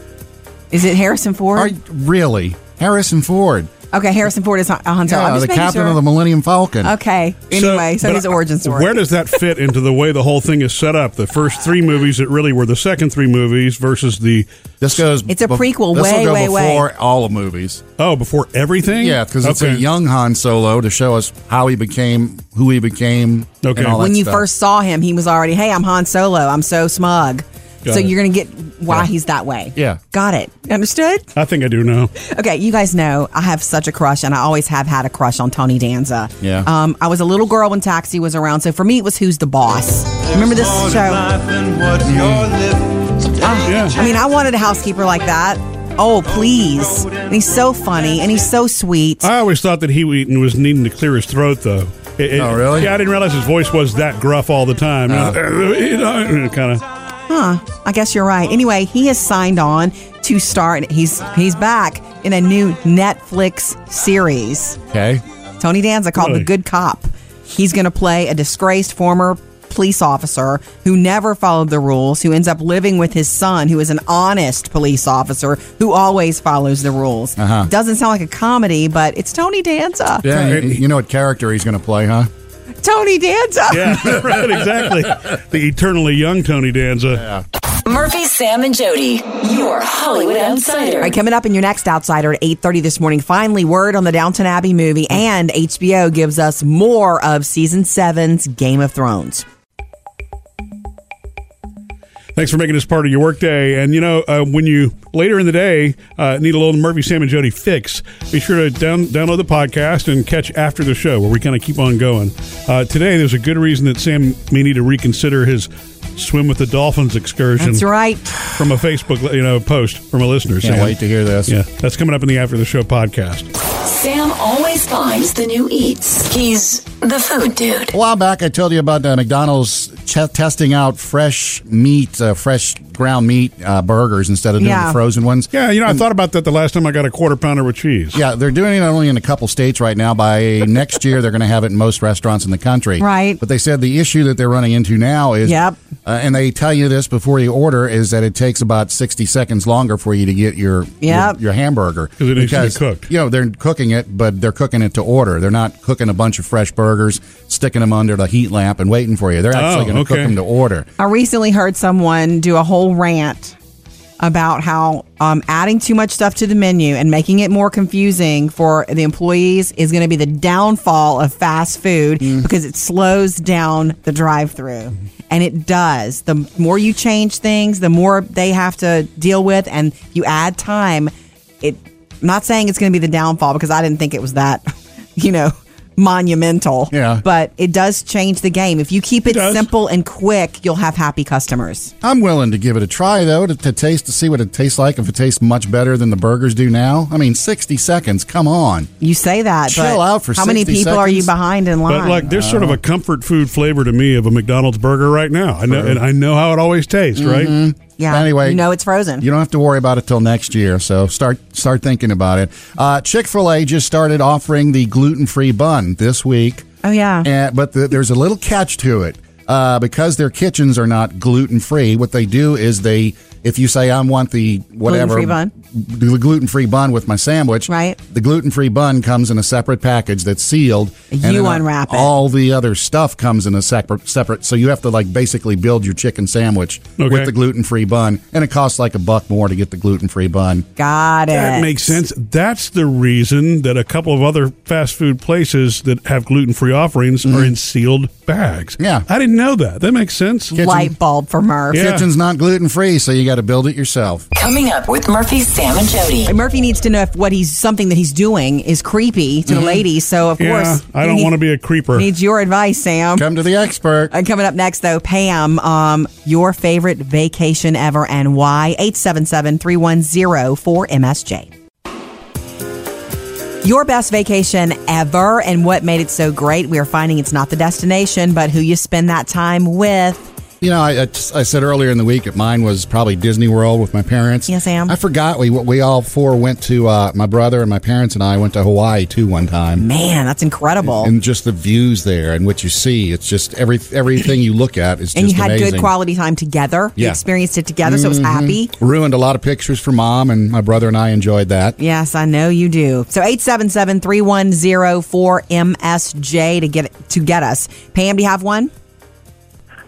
C: Is it Harrison Ford?
B: Are, really? Harrison Ford.
C: okay, Harrison Ford is Han, uh, Han Solo. I'm
B: Yeah,
C: just
B: the
C: making
B: captain
C: sure.
B: of the Millennium Falcon.
C: Okay. Anyway, so,
A: but
C: his
A: I-
C: origin story.
A: Where does that fit into the way the whole thing is set up? The first three movies that really were the second three movies versus the
B: This goes.
C: It's a
B: bef-
C: prequel,
B: This
C: way,
B: will go
C: way, Mm-hmm. way.
B: before all the movies.
A: oh before everything.
B: Yeah, because it's a
A: Okay.
B: young Han Solo to show us how he became who he became. and
A: Okay.
B: all that
C: when you
B: stuff.
C: first saw him, he was already, hey, I'm Han Solo. I'm so smug.
A: Got
C: so
A: it.
C: you're going to get why he's that way.
B: Yeah.
C: Got it. Understood?
A: I think I do know.
C: Okay, you guys know I have such a crush, and I always have had a crush on Tony Danza.
B: Yeah.
C: Um, I was a little girl when Taxi was around, so for me, it was Who's the Boss. Remember this show? Mm. Ah.
A: Yeah.
C: I mean, I wanted a housekeeper like that. Oh, please. And he's so funny, and he's so sweet.
A: I always thought that he Wheaton was needing to clear his throat, though. It- it-
B: Oh, really? Uh.
A: Yeah, I didn't realize his voice was that gruff all the time. kind of.
C: I guess you're right. Anyway, he has signed on to star, and he's he's back in a new Netflix series.
B: Okay.
C: Tony Danza called
A: Really?
C: The Good Cop. He's going to play a disgraced former police officer who never followed the rules, who ends up living with his son, who is an honest police officer who always follows the rules.
B: Uh-huh.
C: Doesn't sound like a comedy, but it's Tony Danza.
B: Yeah, you,
A: Okay.
B: you know what character he's going to play, huh?
C: Tony Danza.
A: Yeah, right, exactly. The eternally young Tony Danza.
D: Murphy, Sam, and Jody. Your Hollywood Outsider.
C: All right, coming up in your next Outsider at 8.30 this morning, finally word on the Downton Abbey movie, and HBO gives us more of Season 7's Game of Thrones.
A: Thanks for making this part of your workday. And you know, uh, when you later in the day uh, need a little Murphy, Sam, and Jody fix, be sure to down, download the podcast and catch after the show where we kind of keep on going. Uh, today, there's a good reason that Sam may need to reconsider his swim with the dolphins excursion.
C: That's right.
A: From a Facebook, you know, post from a listener.
B: Can't
A: Sam.
B: wait to hear this.
A: Yeah, that's coming up in the after the show podcast.
D: Sam always finds the new eats. He's the food dude.
B: A while back, I told you about uh, McDonald's ch- testing out fresh meat, uh, fresh ground meat uh, burgers instead of doing
C: Yeah.
B: the frozen ones.
A: Yeah, you know, I thought about that the last time I got a quarter pounder with cheese.
B: Yeah, they're doing it only in a couple states right now. By next year, they're going to have it in most restaurants in the country.
C: Right.
B: But they said the issue that they're running into now is,
C: Yep.
B: uh, and they tell you this before you order, is that it takes about 60 seconds longer for you to get your
C: Yep.
B: your, your hamburger.
A: it needs to be cooked.
B: You know, they're cooking it, but they're cooking it to order. They're not cooking a bunch of fresh burgers, sticking them under the heat lamp and waiting for you. They're actually
A: Oh,
B: going to cook
A: okay.
B: them to order.
C: I recently heard someone do a whole rant about how um, adding too much stuff to the menu and making it more confusing for the employees is going to be the downfall of fast food because it slows down the drive-through. And it does. The more you change things, the more they have to deal with, and you add time. It I'm not saying it's going to be the downfall because I didn't think it was that, you know, monumental.
B: Yeah.
C: But it does change the game. If you keep it, simple and quick, you'll have happy customers.
B: I'm willing to give it a try though to, to taste to see what it tastes like. If it tastes much better than the burgers do now, I mean, 60 seconds. Come on.
C: You say that.
B: Chill
C: but
B: out for
C: How many
B: 60
C: people are you
B: seconds.
C: behind in line?
A: But like, there's sort of a comfort food flavor to me of a McDonald's burger right now. I know, and I know how it always tastes, right?
C: yeah.
B: Anyway,
C: you know it's frozen.
B: You don't have to worry about it till next year. So start start thinking about it. Uh, Chick fil A just started offering the gluten free bun this week,
C: oh yeah.
B: and, but the, there's a little catch to it uh, because their kitchens are not gluten free. What they do is they if you say I want the whatever
C: Gluten-free bun?
B: the gluten free bun with my sandwich,
C: Right.
B: The gluten free bun comes in a separate package that's sealed. and
C: You
B: then, uh,
C: unwrap it.
B: All the other stuff comes in a separate separate. So you have to like basically build your chicken sandwich
A: Okay.
B: with the gluten free bun, and it costs like a buck more to get the gluten free bun.
C: Got it.
A: That makes sense. That's the reason that a couple of other fast food places that have gluten free offerings
C: Mm-hmm.
A: are in sealed bags.
B: Yeah.
A: I didn't know that. That makes sense.
B: Kitchen-
C: Light bulb for Murph.
A: Yeah.
B: Kitchen's not gluten free, so you got to build it yourself.
D: Coming up with Murphy, Sam, and Jody.
C: Murphy needs to know if what he's something that he's doing is creepy to the ladies. So of
A: Mm-hmm. Yeah,
C: course,
A: I don't
C: he
A: want to be a creeper.
C: Needs your advice, Sam.
B: Come to the expert.
C: And Uh, coming up next, though, Pam, um, your favorite vacation ever and why? 877 310 4MSJ. Your best vacation ever and what made it so great. We are finding it's not the destination, but who you spend that time with.
B: You know, I, I, just- I said earlier in the week that mine was probably Disney World with my parents.
C: Yes, Sam.
B: I forgot we we all four went to uh, my brother and my parents and I went to Hawaii too one time.
C: Man, that's incredible. And,
B: And just the views there and what you see, it's just every everything you look at is just
C: you had
B: amazing.
C: good quality time together. You
B: Yeah. Mm-hmm.
C: experienced it together, so it was happy.
B: Ruined a lot of pictures for mom and my brother and I enjoyed that.
C: Yes, I know you do. So 877-310-4MSJ to get to get us. Pam, do you have one?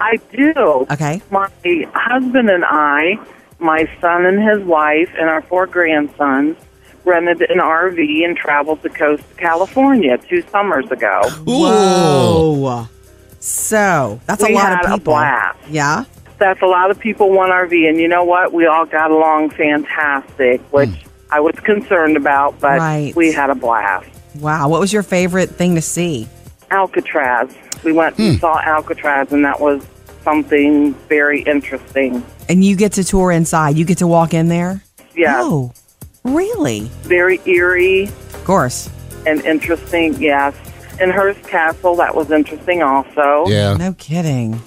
K: I do.
C: Okay.
K: My husband and I, my son and his wife, and our four grandsons rented an RV and traveled the coast of California two summers ago.
C: Whoa. So that's a
K: We
C: lot
K: had
C: of
K: a
C: people.
K: blast.
C: Yeah.
K: That's a lot of people, one RV, and you know what? We all got along fantastic, which I was concerned about, but
C: Right.
K: we had a blast.
C: Wow. What was your favorite thing to see?
K: Alcatraz. We went and saw Alcatraz, and that was something very interesting.
C: And you get to tour inside. You get to walk in there?
K: Yeah,
C: Oh. Really?
K: very eerie.
C: Of course.
K: and interesting, yes. And Hearst Castle, that was interesting also.
B: Yeah.
C: No kidding.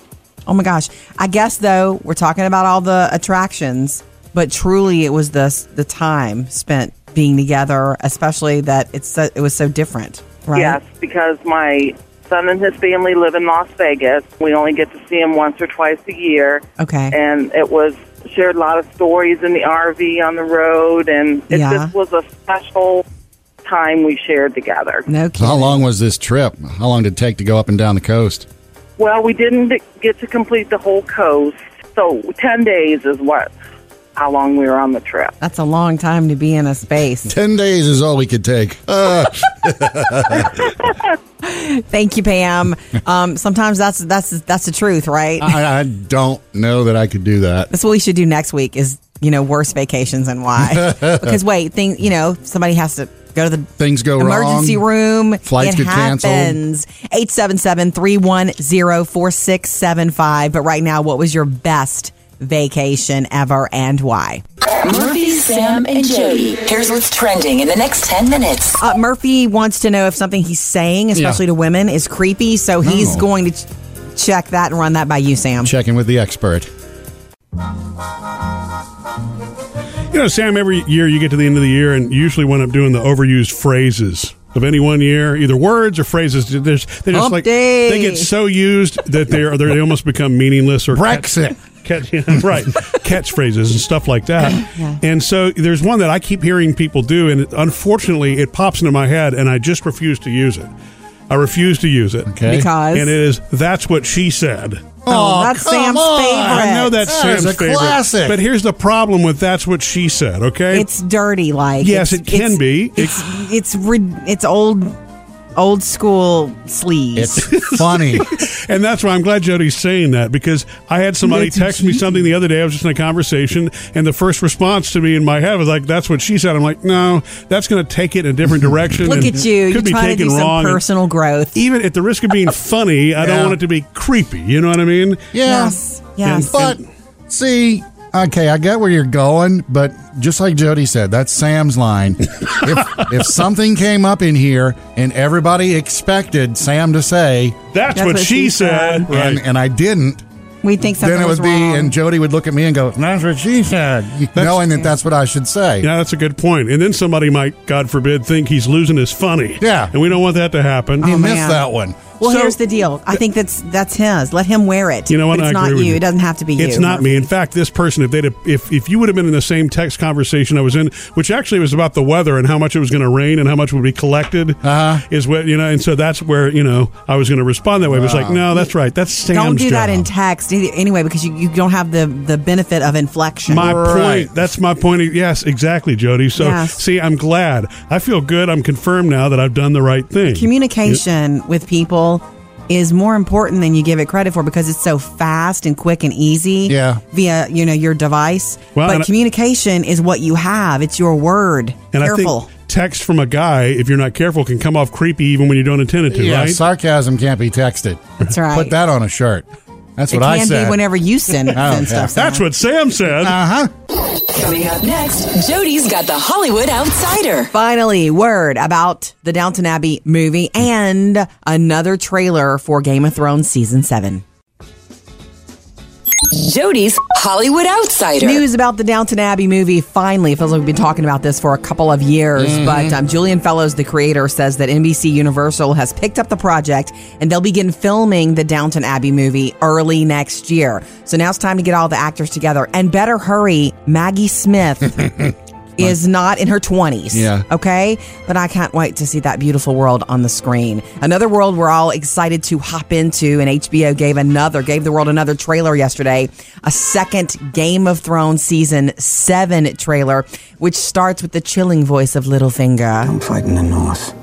C: Oh my gosh. I guess though, we're talking about all the attractions, but truly it was the the time spent being together, especially that it's so, it was so different, right?
K: Yes, because my son and his family live in Las Vegas. We only get to see him once or twice a year.
C: Okay.
K: And it was shared a lot of stories in the RV on the road, and it
C: Yeah.
K: just was a special time we shared together.
C: no
B: So
C: kidding.
B: how long was this trip? How long did it take to go up and down the coast?
K: Well, we didn't get to complete the whole coast, so 10 days is what how long we were on the trip.
C: That's a long time to be in a space.
B: Ten days is all we could take. Uh,
C: Thank you, Pam. Um, sometimes that's that's that's the truth, right?
B: I, I don't know that I could do that.
C: that's what we should do next week. Is you know worst vacations and why? because wait, things you know somebody has to go to the
B: Things go
C: emergency
B: wrong.
C: room.
B: Flights
C: it
B: get canceled.
C: happens. 877-310-4675. But right now, what was your best vacation ever and why?
D: Murphy, Sam, and Jody. Here's what's trending in the next 10 minutes.
C: Uh, Murphy wants to know if something he's saying, especially to women, is creepy. So he's
B: No.
C: going to ch- check that and run that by you, Sam.
B: Checking with the expert.
A: You know, Sam, every year you get to the end of the year, and usually when I'm doing the overused phrases of any one year, either words or phrases, they're just, they're just
C: Hump
A: like
C: day.
A: they get so used that they are they almost become meaningless or
B: Brexit.
A: Catch, yeah, right, catchphrases and stuff like that. And so there's one that I keep hearing people do, and unfortunately, it pops into my head, and I just refuse to use it. I refuse to use it.
B: Okay.
C: Because
A: And it is that's what she said.
C: Oh, that's
B: come
C: Sam's
B: on.
C: favorite.
A: I know that's
B: That is
A: Sam's
B: a
A: favorite.
B: classic.
A: But here's the problem with that's what she said. Okay,
C: it's dirty. Like
A: Yes,
C: it's-
A: it can
C: it's-
A: be.
C: It's it's re- it's old old school sleeves.
B: funny.
A: and that's why I'm glad Jody's saying that because I had somebody text me something the other day. I was just in a conversation, and the first response to me in my head was like, "That's what she said." I'm like, "No, that's going to take it in a different direction."
C: Look
A: and
C: at you.
A: Could
C: You're
A: be
C: trying to
A: taken
C: do
A: wrong.
C: some
A: And
C: personal growth.
A: even at the risk of being funny, I don't
B: Yeah.
A: want it to be creepy. You know what I mean?
B: Yeah.
C: Yes. Yes.
B: But see, okay, I get where you're going, but just like Jody said, that's Sam's line. if, if something came up in here and everybody expected Sam to say,
A: That's, what, she, said.
B: and, and I didn't,
C: we think something
B: then it
C: was
B: would be,
C: wrong.
B: and Jody would look at me and go, "That's what she said," knowing that that's what I should say.
A: Yeah, that's a good point. And then somebody might, God forbid, think he's losing his funny.
B: Yeah.
A: And we don't want that to happen.
B: He missed
C: Oh, man.
B: that one.
C: well,
A: So-
C: here's the deal. I think that's that's his. Let him wear it.
A: You know what?
C: But it's
A: I
C: not
A: agree
C: you.
A: With you.
C: It doesn't have to be you.
A: It's not me. In fact, this person, if they'd have, if if you would have been in the same text conversation I was in, which actually was about the weather and how much it was going to rain and how much would be collected,
B: Uh-huh.
A: is what you know. And so that's where you know I was going to respond that way. It was like, no, that's right. That's Sam's
C: Don't do that
A: job.
C: in text either- anyway because you, you don't have the, the benefit of inflection.
A: my
B: Right.
A: point. That's my point. Yes, exactly, Jody. So,
C: Yes.
A: see, I'm glad. I feel good. I'm confirmed now that I've done the right thing.
C: Communication with people is more important than you give it credit for because it's so fast and quick and easy
B: Yeah.
C: via you know your device.
A: Well, and
C: but
A: I-
C: communication is what you have. It's your word.
A: and
C: Careful.
A: I think text from a guy, if you're not careful, can come off creepy even when you don't intend it to.
B: Yeah,
A: right?
B: sarcasm can't be texted.
C: That's right.
B: Put that on a shirt. That's
C: it
B: what I
C: can
B: said.
C: be whenever you send,
B: Oh,
C: send
B: yeah.
C: stuff.
A: That's what Sam said.
B: uh huh.
D: Coming up next, Jody's got the Hollywood Outsider.
C: Finally, word about the Downton Abbey movie and another trailer for Game of Thrones season seven.
D: Jody's Hollywood Outsider.
C: News about the Downton Abbey movie finally feels like we've been talking about this for a couple of years, but um, Julian Fellows, the creator, says that NBC Universal has picked up the project and they'll begin filming the Downton Abbey movie early next year. So now it's time to get all the actors together and better hurry. Maggie Smith is not in her 20s.
B: Yeah.
C: Okay. But I can't wait to see that beautiful world on the screen. Another world we're all excited to hop into. And HBO gave another, gave the world another trailer yesterday, a second Game of Thrones season seven trailer, which starts with the chilling voice of Littlefinger.
F: Don't fight in the north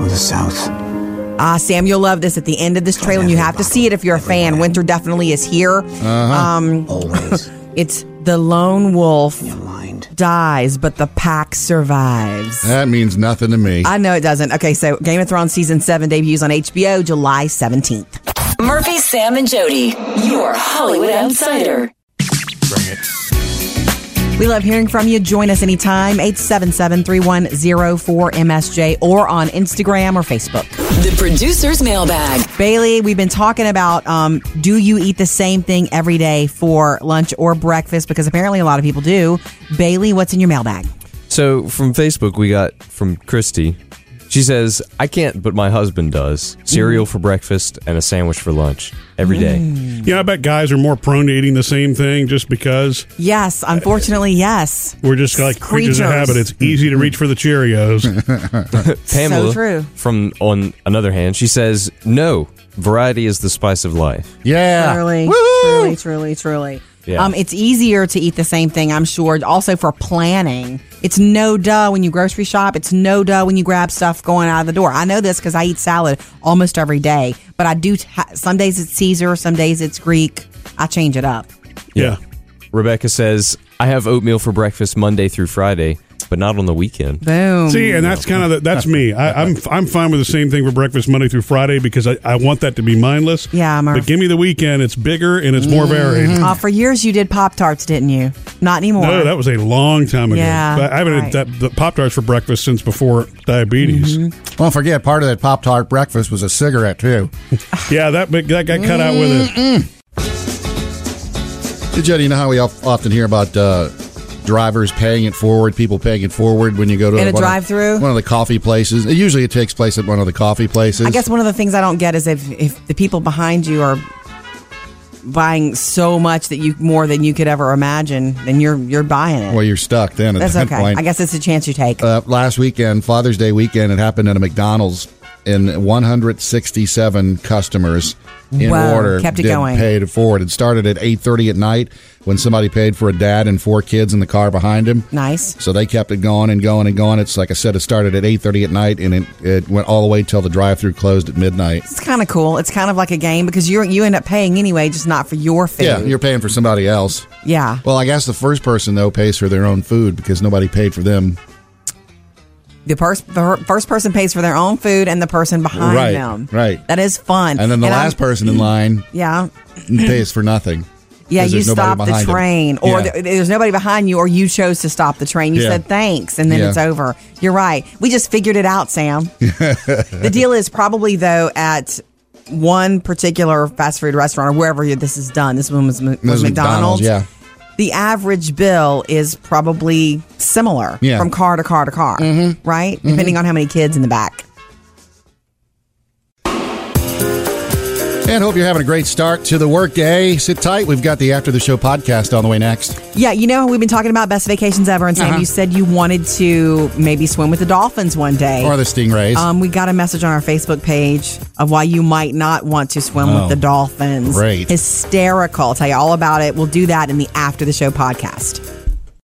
F: or the south.
C: Ah, Sam, you'll love this at the end of this trailer. and You have to see it if you're a fan. Winter definitely is here. Um,
F: Always
C: it's the lone wolf
F: mind.
C: dies, but the pack survives.
B: That means nothing to me.
C: I know it doesn't. Okay, so Game of Thrones season seven debuts on HBO July 17th.
D: Murphy, Sam, and Jody, your Hollywood Outsider.
C: We love hearing from you. Join us anytime, 877 3104 MSJ, or on Instagram or Facebook.
D: The producer's mailbag.
C: Bailey, we've been talking about um, do you eat the same thing every day for lunch or breakfast? Because apparently a lot of people do. Bailey, what's in your mailbag?
L: So from Facebook, we got from Christy. She says, I can't, but my husband does. Cereal for breakfast and a sandwich for lunch every day.
A: Yeah, I bet guys are more prone to eating the same thing just because
C: Yes, unfortunately, yes.
A: we're just like creatures of
C: Creatures. Mm-hmm.
A: habit. It's easy to reach for the Cheerios.
L: Pamela,
C: true.
L: from on another hand, she says, No, variety is the spice of life.
B: yeah.
C: Truly,
B: Woo!
C: truly, truly, truly.
L: Yeah.
C: Um, it's easier to eat the same thing, I'm sure. Also for planning, it's no duh when you grocery shop. It's no duh when you grab stuff going out of the door. I know this because I eat salad almost every day, but I do. ha- some days it's Caesar, some days it's Greek. I change it up.
A: yeah.
L: Rebecca says, I have oatmeal for breakfast Monday through Friday, but not on the weekend.
C: Boom.
A: See, and that's kind of the, that's me. I, I'm I'm fine with the same thing for breakfast Monday through Friday because I, I want that to be mindless.
C: Yeah, Murph.
A: but give me the weekend. It's bigger and it's more varied.
C: Uh, for years you did Pop Tarts, didn't you? Not anymore.
A: mm. No, that was a long time ago.
C: Yeah,
A: But I haven't
C: right.
A: had that, the Pop Tarts for breakfast since before diabetes.
C: Mm-hmm.
B: Don't forget, part of that Pop Tart breakfast was a cigarette, too.
A: Yeah, that big- that got cut out with it.
B: Hey, Jody, you know how we of- often hear about uh, drivers paying it forward, people paying it forward when you go to
C: In a
B: one of-
C: drive-thru?
B: one of the coffee places. Usually, it takes place at one of the coffee places.
C: I guess one of the things I don't get is if, if the people behind you are buying so much that you more than you could ever imagine, then you're you're buying it.
B: Well, you're stuck then. At
C: That's
B: that
C: okay.
B: point.
C: I guess it's a chance you take.
B: Uh, last weekend, Father's Day weekend, it happened at a McDonald's. and 167 customers in
C: Whoa,
B: order
C: kept it
B: did
C: going.
B: paid for it. It started at 8:30 at night when somebody paid for a dad and four kids in the car behind him.
C: Nice.
B: So they kept it going and going and going. It's like I said, it started at 8:30 at night and it, it went all the way till the drive-through closed at midnight.
C: It's kind of cool. It's kind of like a game because you you end up paying anyway, just not for your food.
B: Yeah, you're paying for somebody else.
C: Yeah.
B: Well, I guess the first person though pays for their own food because nobody paid for them.
C: The, pers- the her- first person pays for their own food and the person behind
B: right.
C: them.
B: Right.
C: That is fun.
B: And then the last
C: I'm-
B: person in line
C: Yeah.
B: pays for nothing.
C: Yeah,
B: 'cause
C: you
B: there's nobody
C: stop the
B: behind him.
C: train, or
B: Yeah.
C: th- there's nobody behind you, or you chose to stop the train. You
B: Yeah.
C: said thanks, and then
B: Yeah.
C: it's over. You're right. We just figured it out, Sam. the deal is probably though at one particular fast food restaurant or wherever you- this is done. This one was, m-
B: This
C: was
B: is
C: McDonald's.
B: Yeah.
C: The average bill is probably similar
B: Yeah. Mm-hmm.
C: from car to car to car, right? Depending on how many kids in the back.
B: And hope you're having a great start to the workday. Sit tight. We've got the after the show podcast on the way next.
C: Yeah, you know, we've been talking about best vacations ever, and Sam,
B: Uh-huh.
C: you said you wanted to maybe swim with the dolphins one day.
B: Or the stingrays.
C: Um, we got a message on our Facebook page of why you might not want to swim
B: Oh,
C: with the dolphins.
B: great.
C: Hysterical. I'll tell you all about it. We'll do that in the after the show podcast.